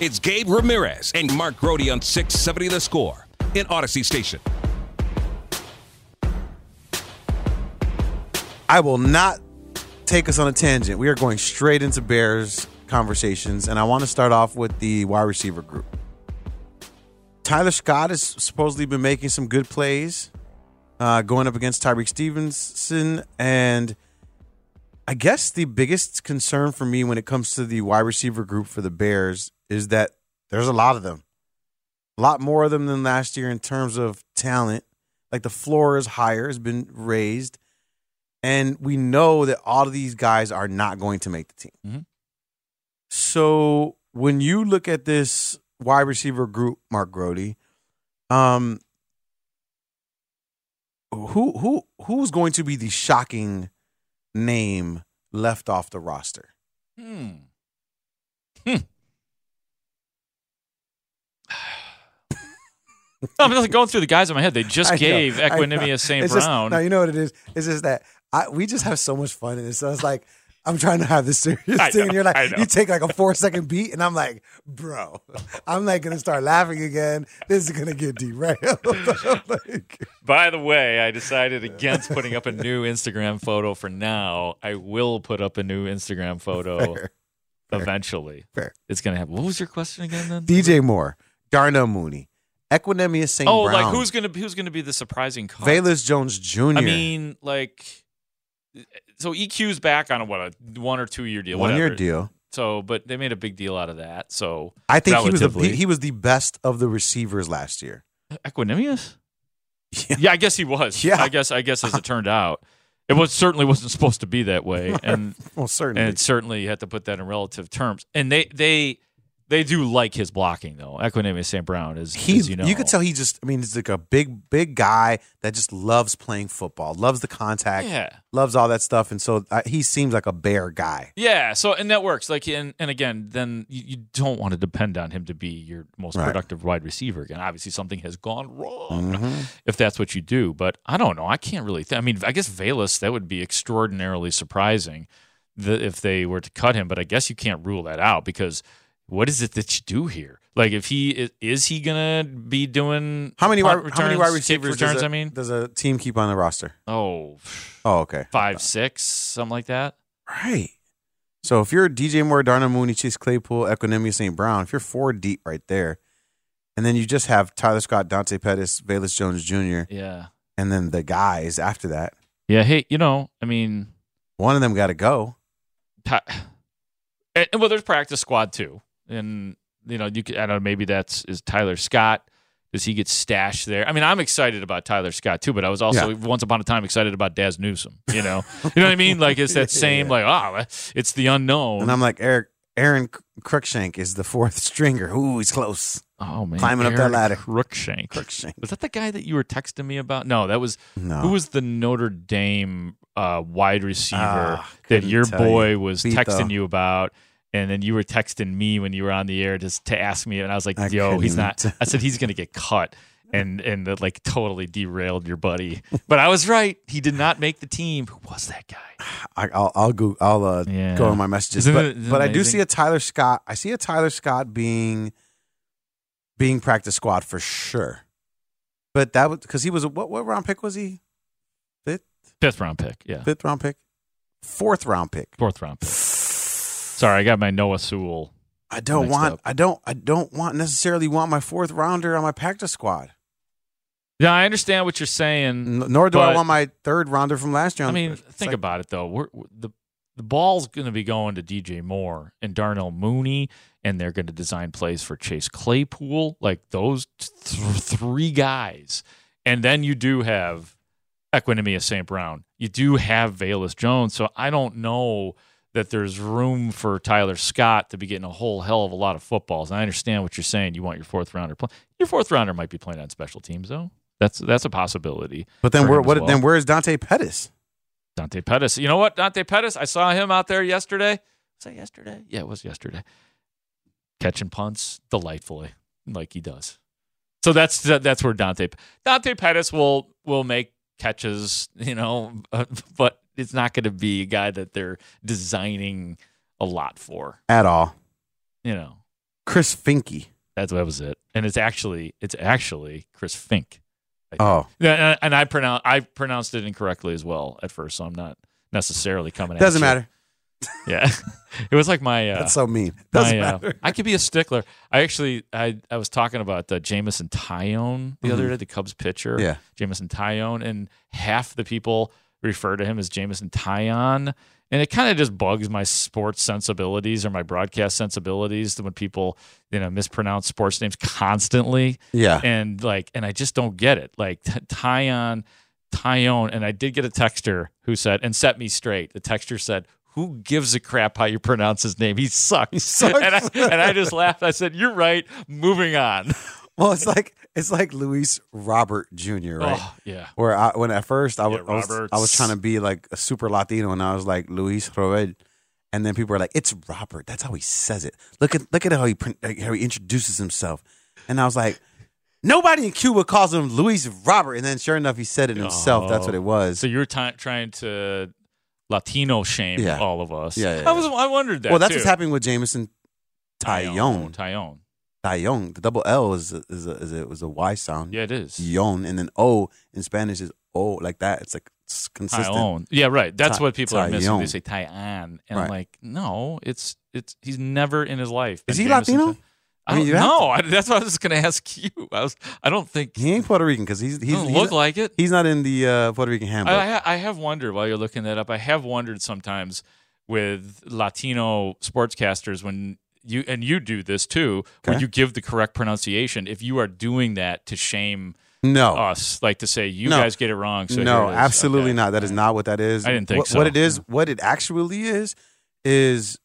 B: It's Gabe Ramirez and Mark Grody on 670 The Score in Odyssey Station.
C: I will not take us on a tangent. We are going straight into Bears conversations, and I want to start off with the wide receiver group. Tyler Scott has supposedly been making some good plays, uh, going up against Tyreek Stevenson, and I guess the biggest concern for me when it comes to the wide receiver group for the Bears is that there's a lot of them, a lot more of them than last year in terms of talent. Like the floor is higher, has been raised. And we know that all of these guys are not going to make the team.
D: Mhm.
C: So when you look at this wide receiver group, Mark Grody, um, who who who's going to be the shocking name left off the roster?
D: Hmm. No, I'm just going through the guys in my head. They
C: I
D: just
C: know,
D: gave
C: I know.
D: Equinemius St.
C: It's just-
D: Brown.
C: no, you know what it is? It's just that I, we just have so much fun in this. So it's like, I'm trying to have this serious
D: I
C: thing.
D: know,
C: and you're like,
D: I know.
C: you take like a four second beat, and I'm like, bro, I'm like going to start laughing again. This is going to get derailed.
D: By the way, I decided against putting up a new Instagram photo for now. I will put up a new Instagram photo
C: Fair.
D: eventually.
C: Fair.
D: It's gonna happen. What was your question again? Then
C: DJ Moore, Darnell Mooney, Equinemius St.
D: oh,
C: Brown,
D: like who's gonna who's gonna be the surprising card?
C: Velus Jones Jr.
D: I mean, like, so EQ's back on a, what a one or two year deal,
C: One year
D: whatever.
C: deal.
D: So, but they made a big deal out of that. So
C: I think he was, the,
D: relatively.
C: he, he was the best of the receivers last year.
D: Equinemius? Yeah. I guess he was.
C: Yeah.
D: I guess I guess as it turned out. It was certainly wasn't supposed to be that way. And
C: Well, certainly.
D: and it certainly you had to put that in relative terms. And they they they do like his blocking though. Equinemius St. Brown is
C: He,
D: as you know.
C: you could tell he just, I mean, he's like a big, big guy that just loves playing football, loves the contact,
D: Yeah.
C: loves all that stuff. And so uh, he seems like a bear guy.
D: Yeah, so and that works. Like and, and again, then you, you don't want to depend on him to be your most
C: Right.
D: productive wide receiver. Again, obviously something has gone wrong
C: Mhm.
D: if that's what you do. But I don't know. I can't really. Th- I mean, I guess Valus that would be extraordinarily surprising the, if they were to cut him. But I guess you can't rule that out because what is it that you do here? Like if he is, is he gonna be doing
C: How many
D: punt
C: wide, how many wide
D: returns, kick
C: receivers
D: returns?
C: does, a,
D: I mean,
C: does a team keep on the roster?
D: oh,
C: Oh, okay.
D: five, six, something like that.
C: Right. So if you're DJ Moore, Darnell Mooney, Chase Claypool, Equinemius St. Brown, if you're four deep right there, and then you just have Tyler Scott, Dante Pettis, Valus Jones Jr.,
D: Yeah.
C: and then the guys after that,
D: Yeah. Hey, you know, I mean.
C: one of them got to go.
D: pa- and, and, well, there's practice squad too, and you know you could, I don't know maybe that's is Tyler Scott. Does he get stashed there? I mean, I'm excited about Tyler Scott too, but I was also once upon a time excited about Daz Newsome. You know, you know what I mean? Like it's that same like ah, it's the unknown.
C: And I'm like, Eric, Aaron Cruikshank is the fourth stringer. Ooh, he's close.
D: oh man,
C: climbing up that
D: Aaron
C: ladder.
D: Crookshank.
C: Cruikshank.
D: Was that the guy that you were texting me about? No, that was
C: No.
D: who was the Notre Dame uh, wide receiver
C: Ah,
D: that
C: couldn't
D: your
C: tell
D: boy
C: you.
D: was
C: Beat
D: texting
C: the-
D: you about, and then you were texting me when you were on the air just to ask me, and I was like,
C: I
D: "Yo, he's not."
C: couldn't.
D: I said he's gonna get cut, and and that like totally derailed your buddy. But I was right; he did not make the team. Who was that guy?
C: I, I'll I'll go I'll uh,
D: Yeah.
C: go in my messages,
D: Isn't
C: but
D: it- isn't it
C: but I do
D: amazing?
C: see a Tyler Scott. I see a Tyler Scott being being practice squad for sure. But that was because he was a, what what round pick was he? Fifth
D: Fifth round pick, yeah,
C: fifth round pick, fourth round pick.
D: fourth round pick. Sorry, I got my Noah Sewell.
C: I don't
D: Mixed
C: want
D: up.
C: I don't I don't want necessarily want my fourth rounder on my practice squad.
D: Yeah, I understand what you're saying.
C: N- nor do I
D: But-
C: want my third rounder from last year.
D: I
C: on-
D: mean,
C: it's
D: think
C: like-
D: about it though. We're, we're- the the ball's going to be going to DJ Moore and Darnell Mooney, and they're going to design plays for Chase Claypool, like those th- th- three guys. And then you do have Equinemius St. Brown. You do have Valus Jones. So I don't know that there's room for Tyler Scott to be getting a whole hell of a lot of footballs. And I understand what you're saying. You want your fourth rounder play. Your fourth rounder might be playing on special teams though. That's that's a possibility.
C: But then
D: for
C: where
D: him as
C: what
D: well.
C: then where is Dante Pettis?
D: Dante Pettis. You know what? Dante Pettis, I saw him out there yesterday. Was that yesterday? Yeah, it was yesterday. Catching punts delightfully, like he does. So that's that's where Dante Dante Pettis will will make catches, you know, but it's not going to be a guy that they're designing a lot for.
C: At all.
D: You know,
C: Chris Finke.
D: that's that was it. And it's actually it's actually Chris Fink.
C: Oh.
D: Yeah, and I- and I pronounce I pronounced it incorrectly as well at first, so I'm not necessarily coming.
C: Doesn't
D: at you.
C: matter.
D: Yeah, it was like my. Uh,
C: That's so mean. Doesn't
D: my, uh,
C: matter.
D: I could be a stickler. I actually, I, I was talking about uh, Jamison Tyone the other
C: Mhm.
D: day, the Cubs pitcher.
C: Yeah.
D: Jamison Tyone, and half the people refer to him as Jamison Tyon, and it kind of just bugs my sports sensibilities or my broadcast sensibilities when people you know mispronounce sports names constantly.
C: Yeah.
D: and like, and I just don't get it. Like t- Tyon. Tyone, and I did get a texter who said, and set me straight. The texter said, Who gives a crap how you pronounce his name? He sucks. And, I, and I just laughed. I said, You're right. Moving on.
C: Well, it's like it's like Luis Robert Jr. Right?
D: Oh, yeah.
C: Where I, when at first I, was
D: Yeah,
C: I was I was
D: Roberts.
C: trying to be like a super Latino, and I was like Luis Robert, and then people were like, "It's Robert." That's how he says it. Look at look at how he pron- like, how he introduces himself, and I was like, nobody in Cuba calls him Luis Robert, and then sure enough, he said it himself. That's what it was.
D: Oh. So you're ti- trying to Latino shame
C: Yeah.
D: all of us.
C: Yeah, yeah,
D: I, was, I wondered that.
C: well, that's
D: too.
C: what's happening with Jameson
D: Tyone.
C: Tyone. Mm-hmm. Tyone. The double L is a, is a, is a, is a Y sound.
D: Yeah, it is.
C: Yon, and then O in Spanish is O like that. It's like it's consistent.
D: Tyone. Yeah, right. That's
C: Ty-
D: what people are missing. They
C: Tyone.
D: say Tyon, and
C: Right.
D: like, no, it's it's he's never in his life.
C: Is
D: been
C: he
D: Jamison
C: Latino?
D: Ty- I
C: I mean,
D: don't
C: you have
D: know. Oh, I, that's what I was just gonna ask you. I was. I don't think
C: He ain't Puerto Rican because he's he's,
D: Doesn't
C: he's
D: look like it.
C: He's not in the uh, Puerto Rican handbook.
D: I, I ha- I have wondered while you're looking that up. I have wondered sometimes with Latino sportscasters when you and you do this too, when
C: Okay.
D: you give the correct pronunciation. If you are doing that to shame
C: No.
D: us, like to say you
C: No.
D: guys get it wrong. So
C: no,
D: here it is."
C: absolutely
D: Okay.
C: not. That is not what that is.
D: I didn't think
C: what,
D: so.
C: What it is, what it actually is, is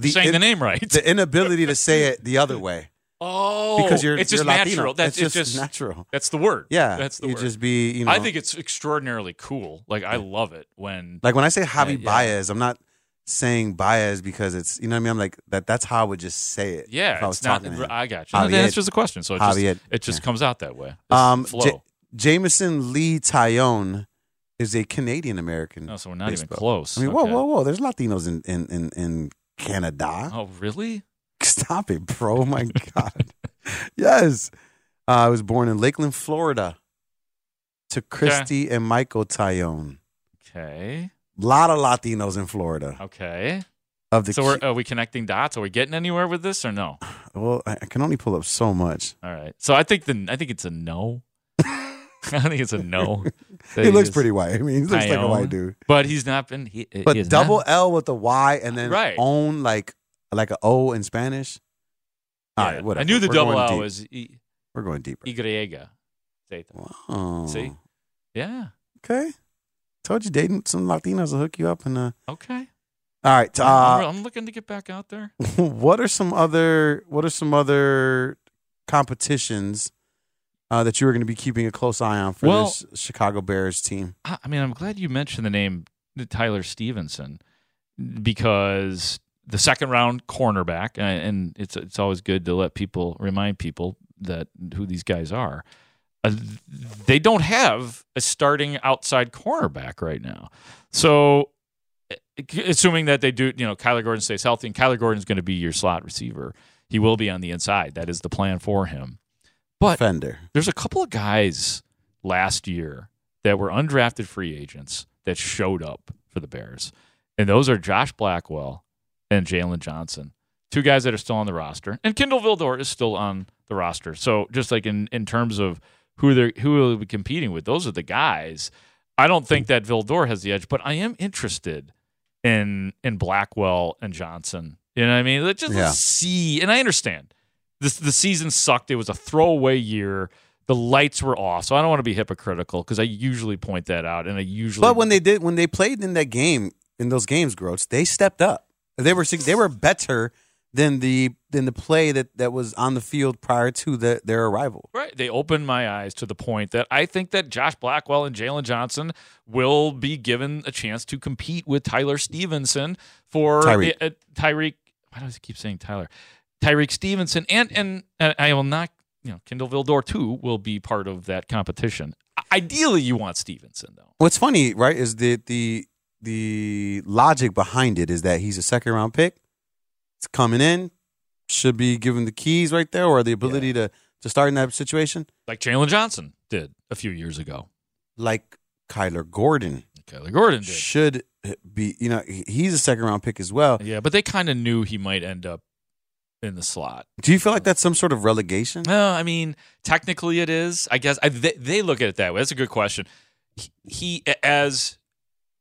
D: Saying the name right.
C: The inability to say it the other way.
D: Oh,
C: Because you're-
D: it's just
C: you're Latino.
D: natural. That's
C: It's
D: it's
C: just
D: just
C: natural.
D: That's the word.
C: Yeah,
D: that's the
C: you
D: word.
C: just be, you
D: I
C: know-
D: think it's extraordinarily cool. Like I love it when
C: Like when I say Javi
D: Yeah, yeah.
C: Baez, I'm not saying Baez because it's you know what I mean. I'm like that. That's how I would just say it.
D: Yeah,
C: if I was
D: it's not-
C: talking to him.
D: I got you. No, that
C: Javier.
D: answers the question, so it just-
C: Javier.
D: it just comes out that way. It's
C: Um,
D: flow.
C: J- Jameson Lee Tyone is a Canadian American.
D: Oh, so we're not even
C: baseball.
D: close.
C: I mean, whoa,
D: Okay.
C: whoa, whoa! There's Latinos in in in, in Canada.
D: Oh, really?
C: Stop it, bro! Oh My God, yes. Uh, I was born in Lakeland, Florida, to Christy and Michael Tyone.
D: Okay.
C: A lot of Latinos in Florida.
D: Okay.
C: Of the
D: Oh. so we're, uh, are we connecting dots? Are we getting anywhere with this or no?
C: well, I I can only pull up so much.
D: All right. So I think the I think it's a no. I think it's a no.
C: He looks pretty white. I mean, he looks like a white
D: Tyone.
C: dude.
D: But he's not been. He, he
C: But
D: is
C: double
D: not-
C: L with the Y and then
D: Right.
C: own like like a O in Spanish. All right,
D: Yeah.
C: whatever.
D: I knew the
C: We're
D: double
C: going
D: L
C: deep.
D: was y.
C: We're going deeper.
D: Zeta.
C: Oh.
D: See? Yeah.
C: Okay. Told you dating some Latinos will hook you up and uh
D: Okay.
C: all right.
D: I'm-
C: Uh,
D: I'm looking to get back out there.
C: what are some other what are some other competitions uh, that you are going to be keeping a close eye on for
D: Well-
C: this Chicago Bears team?
D: I I mean, I'm glad you mentioned the name Tyler Stevenson because the second round cornerback, and- and it's it's always good to let people remind people that who these guys are. Uh, they don't have a starting outside cornerback right now, so uh, assuming that they do, you know, Kyler Gordon stays healthy, and Kyler Gordon's going to be your slot receiver. He will be on the inside. That is the plan for him. But
C: Fender.
D: There's a couple of guys last year that were undrafted free agents that showed up for the Bears, and those are Josh Blackwell and Jalen Johnson, two guys that are still on the roster, and Kendall Vildor is still on the roster. So just like in in terms of who they're who will be competing with, those are the guys. I don't think that Vildor has the edge, but I am interested in in Blackwell and Johnson. You know what I mean? Let's just
C: Yeah.
D: see. And I understand this. The season sucked. It was a throwaway year. The lights were off, so I don't want to be hypocritical because I usually point that out, and I usually.
C: But when they did, when they played in that game, in those games, Groats, they stepped up. They were sig- they were better than the than the play that that was on the field prior to the, their arrival.
D: Right. They opened my eyes to the point that I think that Josh Blackwell and Jalen Johnson will be given a chance to compete with Tyler Stevenson for
C: Tyreek.
D: uh, Tyreek. Why do I keep saying Tyler? Tyreek Stevenson and and, and I will not. You know, Kendall Vildor too will be part of that competition. I- Ideally, you want Stevenson though.
C: What's funny, right, is that the the logic behind it is that he's a second round pick. It's coming in, should be given the keys right there or the ability to to start in that situation,
D: like Jalen Johnson did a few years ago,
C: like Kyler Gordon.
D: Kyler Gordon did.
C: Should be, you know, he- he's a second round pick as well.
D: Yeah, but they kind of knew he might end up in the slot.
C: Do you feel like that's some sort of relegation?
D: No, I mean technically it is. I guess I, they, they look at it that way. That's a good question. He, he, as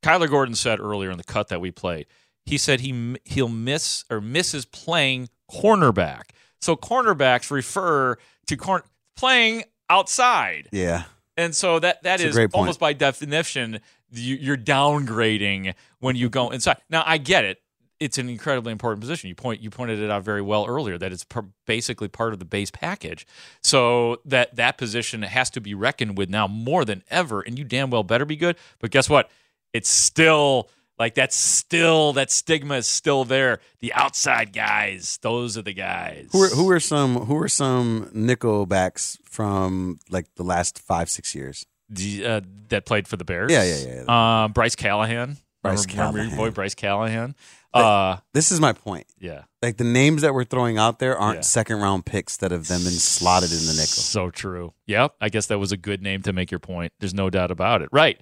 D: Kyler Gordon said earlier in the cut that we played, he said he m- he'll miss or misses playing cornerback. So cornerbacks refer to corn playing outside,
C: Yeah.
D: and so that that
C: It's a
D: is
C: great point.
D: almost by definition you, you're downgrading when you go inside. Now I get it. It's an incredibly important position. You point you pointed it out very well earlier that it's par- basically part of the base package. So that that position has to be reckoned with now more than ever, and you damn well better be good. But guess what? It's still like that's still that stigma is still there. The outside guys, those are the guys.
C: Who are, who are some who are some nickel backs from like the last five six years?
D: D- uh, that played for the Bears.
C: Yeah, yeah,
D: yeah. Uh, Bryce Callahan.
C: Bryce
D: Remember- remember your
C: Callahan.
D: boy Bryce Callahan. Uh,
C: This is my point.
D: yeah.
C: Like the names that we're throwing out there aren't
D: Yeah.
C: second round picks that have then been slotted in the nickel.
D: So true. Yep. I guess that was a good name to make your point. There's no doubt about it. Right.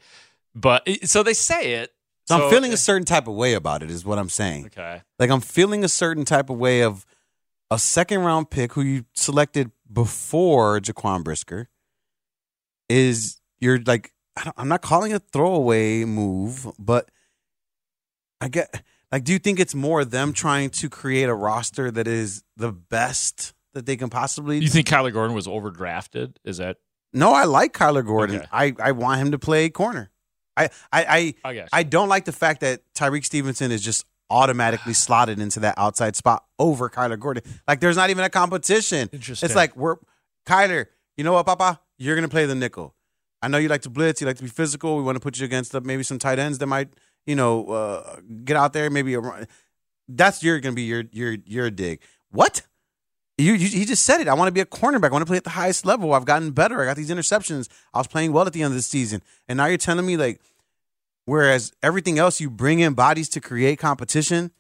D: But so they say it.
C: So,
D: So- eh.
C: I'm feeling a certain type of way about it. Is what I'm saying.
D: Okay.
C: Like I'm feeling a certain type of way of a second round pick who you selected before Jaquan Brisker is you're like I don't, I'm not calling it a throwaway move, but I get like do you think it's more them trying to create a roster that is the best that they can possibly
D: You think Kyler Gordon was overdrafted? Is that
C: No, I like Kyler Gordon.
D: Okay.
C: I, I want him to play corner. I I
D: I
C: I,
D: got you.
C: I don't like the fact that Tyreek Stevenson is just automatically slotted into that outside spot over Kyler Gordon. Like there's not even a competition.
D: Interesting.
C: It's like we're Kyler, you know what, Papa? You're gonna play the nickel. I know you like to blitz, you like to be physical. We want to put you against the, maybe some tight ends that might, you know, uh, get out there, maybe a run. That's your gonna be your your your dig. What? You, you he just said it. I want to be a cornerback. I want to play at the highest level. I've gotten better. I got these interceptions. I was playing well at the end of the season, and now you're telling me like, whereas everything else you bring in bodies to create competition,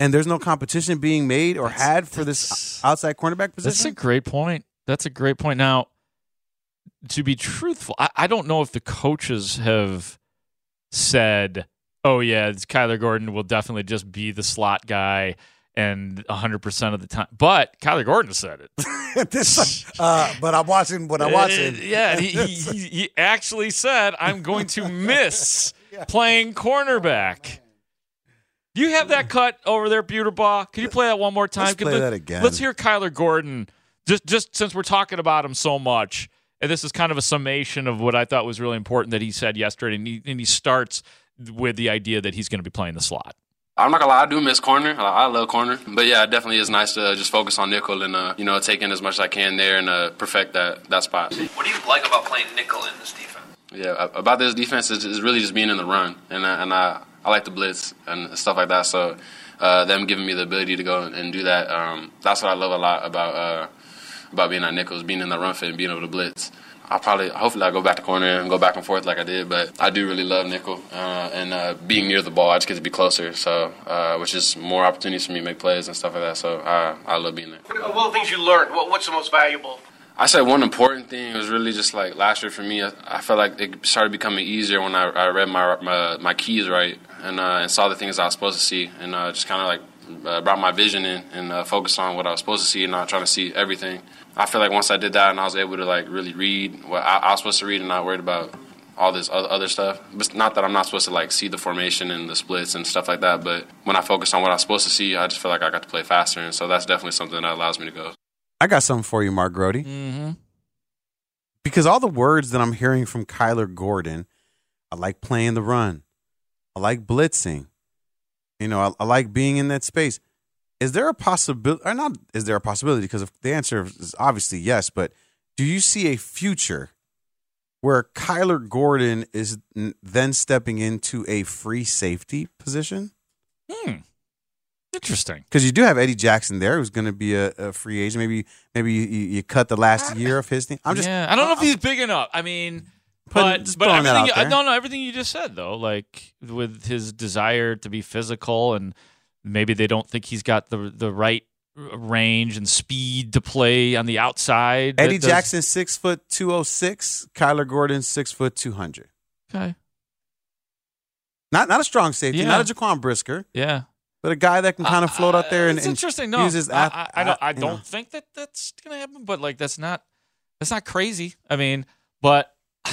C: and there's no competition being made or had for this outside cornerback
D: That's a
C: position.
D: great point. That's a great point. Now, to be truthful, I, I don't know if the coaches have said, oh, yeah, it's Kyler Gordon will definitely just be the slot guy and 100% of the time. But Kyler Gordon said it.
C: This- uh, but I'm watching what I'm watching.
D: Uh, yeah, he, he, he- he actually said, I'm going to miss playing cornerback. Do you have that cut over there, Buterbaugh? Can you play that one more time?
C: Let's
D: Can-
C: play that again.
D: Let's hear Kyler Gordon, just, just since we're talking about him so much. And this is kind of a summation of what I thought was really important that he said yesterday. And he, and he starts with the idea that he's going to be playing the slot.
N: I'm not gonna lie, I do miss corner. Like, I love corner, but yeah, it definitely is nice to just focus on nickel and uh, you know take in as much as I can there and uh, perfect that that spot.
O: What do you like about playing nickel in this defense?
N: Yeah, a- about this defense is, is really just being in the run, and I, and I, I like the blitz and stuff like that. So uh, them giving me the ability to go and do that, um, that's what I love a lot about uh, about being at nickels, being in the run fit, and being able to blitz. I'll probably, hopefully, I'll go back to corner and go back and forth like I did, but I do really love nickel uh, and uh, being near the ball. I just get to be closer, so uh, which is more opportunities for me to make plays and stuff like that. So I, I love being there.
O: What are all the things you learned? What, what's the most valuable?
N: I said one important thing was really just like last year for me. I, I felt like it started becoming easier when I, I read my, my uh, my keys right and uh, and saw the things I was supposed to see and uh, just kind of like uh, brought my vision in and uh, focused on what I was supposed to see and not trying to see everything. I feel like once I did that and I was able to like really read what I, I was supposed to read and not worried about all this oth- other stuff. But not that I'm not supposed to like see the formation and the splits and stuff like that. But when I focus on what I was supposed to see, I just feel like I got to play faster, and so that's definitely something that allows me to go
C: I got something for you, Mark Grody.
D: Mm-hmm.
C: because all the words that I'm hearing from Kyler Gordon, I like playing the run, I like blitzing, you know, I, I like being in that space. Is there a possibility, or not? Is there a possibility? Because if the answer is obviously yes, but do you see a future where Kyler Gordon is n- then stepping into a free safety position?
D: Hmm. Interesting.
C: Because you do have Eddie Jackson there, who's going to be a, a free agent. Maybe, maybe you, you you cut the last year of his thing. I'm just,
D: Yeah, I don't know if he's big enough. I mean,
C: Putting-
D: but
C: just
D: but
C: throwing that
D: everything.
C: out there.
D: No, no, everything you just said though, like with his desire to be physical, and maybe they don't think he's got the the right r- range and speed to play on the outside. that
C: Eddie
D: does-
C: Jackson six foot two oh six, Kyler Gordon six foot two hundred.
D: Okay.
C: Not not a strong safety,
D: Yeah.
C: not a Jaquan Brisker.
D: Yeah.
C: But a guy that can kind of float out there and,
D: Uh, it's
C: and
D: interesting. No,
C: use his
D: I,
C: ath-
D: I, I don't, I
C: you know.
D: don't think that that's gonna happen. But like, that's not that's not crazy. I mean, but I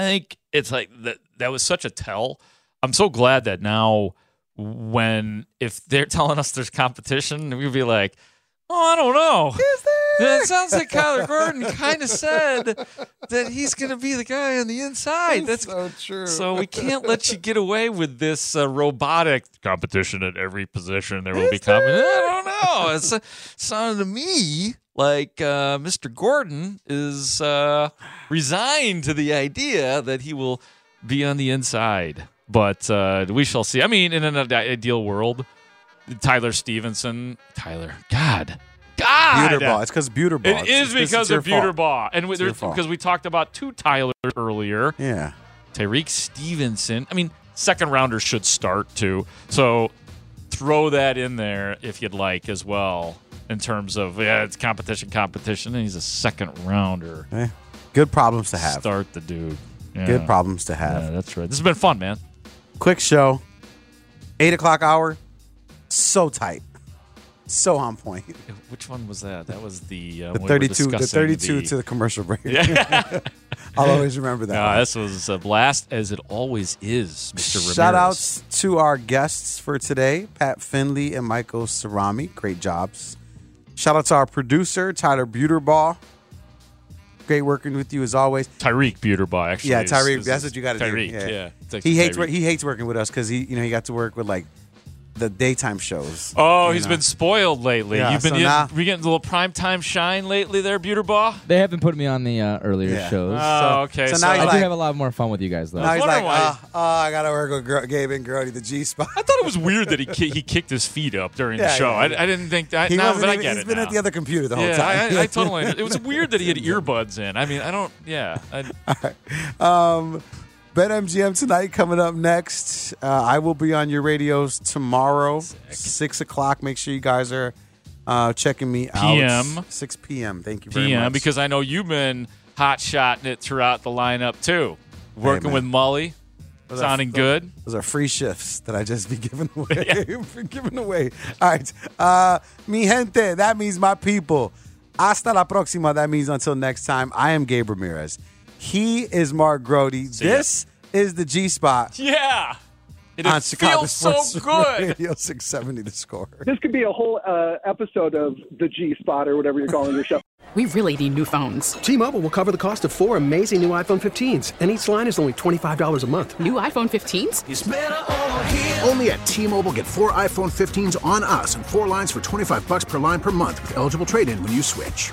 D: think it's like that. That was such a tell. I'm so glad that now, when if they're telling us there's competition, we'd be like, oh, I don't know. That sounds like Kyler Gordon kind of said that he's going to be the guy on the inside. That's so
C: true.
D: So we can't let you get away with this uh, robotic competition at every position. There will be competition. I don't know. It's, it sounded to me like uh, Mr. Gordon is uh, resigned to the idea that he will be on the inside. But uh, we shall see. I mean, in an ide- ideal world, Tyler Stevenson, Tyler, God, God,
C: Buterbaugh. It's because
D: It
C: Buterbaugh. It's-
D: is
C: it's-
D: because
C: it's your
D: of Buterbaugh,
C: fault.
D: and we-
C: It's your
D: there's-
C: fault.
D: because we talked about two Tyler earlier.
C: Yeah,
D: Tyreek Stevenson. I mean, second rounders should start too. So throw that in there if you'd like as well. In terms of yeah, it's competition, competition, and he's a second rounder.
C: Eh, good problems to have.
D: Start the dude.
C: Good
D: Yeah.
C: problems to have.
D: Yeah, that's right. This has been fun, man.
C: Quick show. Eight o'clock hour. So tight. So on point.
D: Which one was that? That was the uh,
C: The
D: we were
C: thirty-two. The
D: discussing
C: thirty-two to the commercial break.
D: Yeah.
C: I'll always remember that.
D: Nah,
C: one.
D: this was a blast, as it always is, Mr. Ramirez.
C: Shout outs to our guests for today, Pat Finley and Michael Cerami. Great jobs. Shout out to our producer, Tyler Buterbaugh. Great working with you as always.
D: Tyreek Buterbaugh, actually.
C: yeah,
D: is-
C: Tyreek.
D: is-
C: That's what you got to do.
D: Tyreek, yeah. It's like
C: he hates
D: Tyreek.
C: wor- he hates working with us because he you know he got to work with like the daytime shows.
D: Oh,
C: he's
D: he's been spoiled lately.
C: Yeah,
D: You've been
C: so
D: getting,
C: now-
D: we getting a little prime time shine lately, there, Buterbaugh.
I: They haven't put me on the uh, earlier
D: Yeah.
I: shows.
D: Oh, okay,
I: So,
D: so-
I: I do
D: like-
I: have a lot more fun with you guys though.
C: Now he's like,
D: wondering
C: oh,
D: why-
C: oh, I got to work with Gro- Gabe and Grody, the G spot.
D: I thought it was weird that he ki- he kicked his feet up during
C: Yeah,
D: the show.
C: yeah, yeah.
D: I, I didn't think that.
C: He
D: now,
C: wasn't
D: but I
C: even-
D: get
C: he's
D: it
C: been at
D: now.
C: the other computer the whole
D: Yeah,
C: time.
D: I, I, I totally. It was weird that he had earbuds in. I mean, I don't. Yeah. I,
C: Um, BetMGM tonight coming up next. Uh, I will be on your radios tomorrow, six o'clock. Make sure you guys are uh, checking me out.
D: PM.
C: six p.m. Thank you very
D: PM
C: much.
D: because I know you've been hot shotting it throughout the lineup too, working
C: man.
D: with Mully,
C: Those are-
D: sounding
C: those-
D: good.
C: Those are free shifts that I just be giving away. giving away. All right, uh, mi gente. That means my people. Hasta la próxima. That means until next time. I am Gabe Ramirez. He is Mark Grody. this is the G Spot
D: Yeah, it
C: on
D: feels
C: Chicago Sports
D: so good.
C: Radio 670 The Score.
P: This could be a whole uh, episode of the G Spot or whatever you're calling your show.
Q: We really need new phones.
R: T-Mobile will cover the cost of four amazing new iPhone 15s, and each line is only $25 a month.
Q: New iPhone 15s?
S: Only at T-Mobile, get four iPhone 15s on us and four lines for 25 bucks per line per month with eligible trade-in when you switch.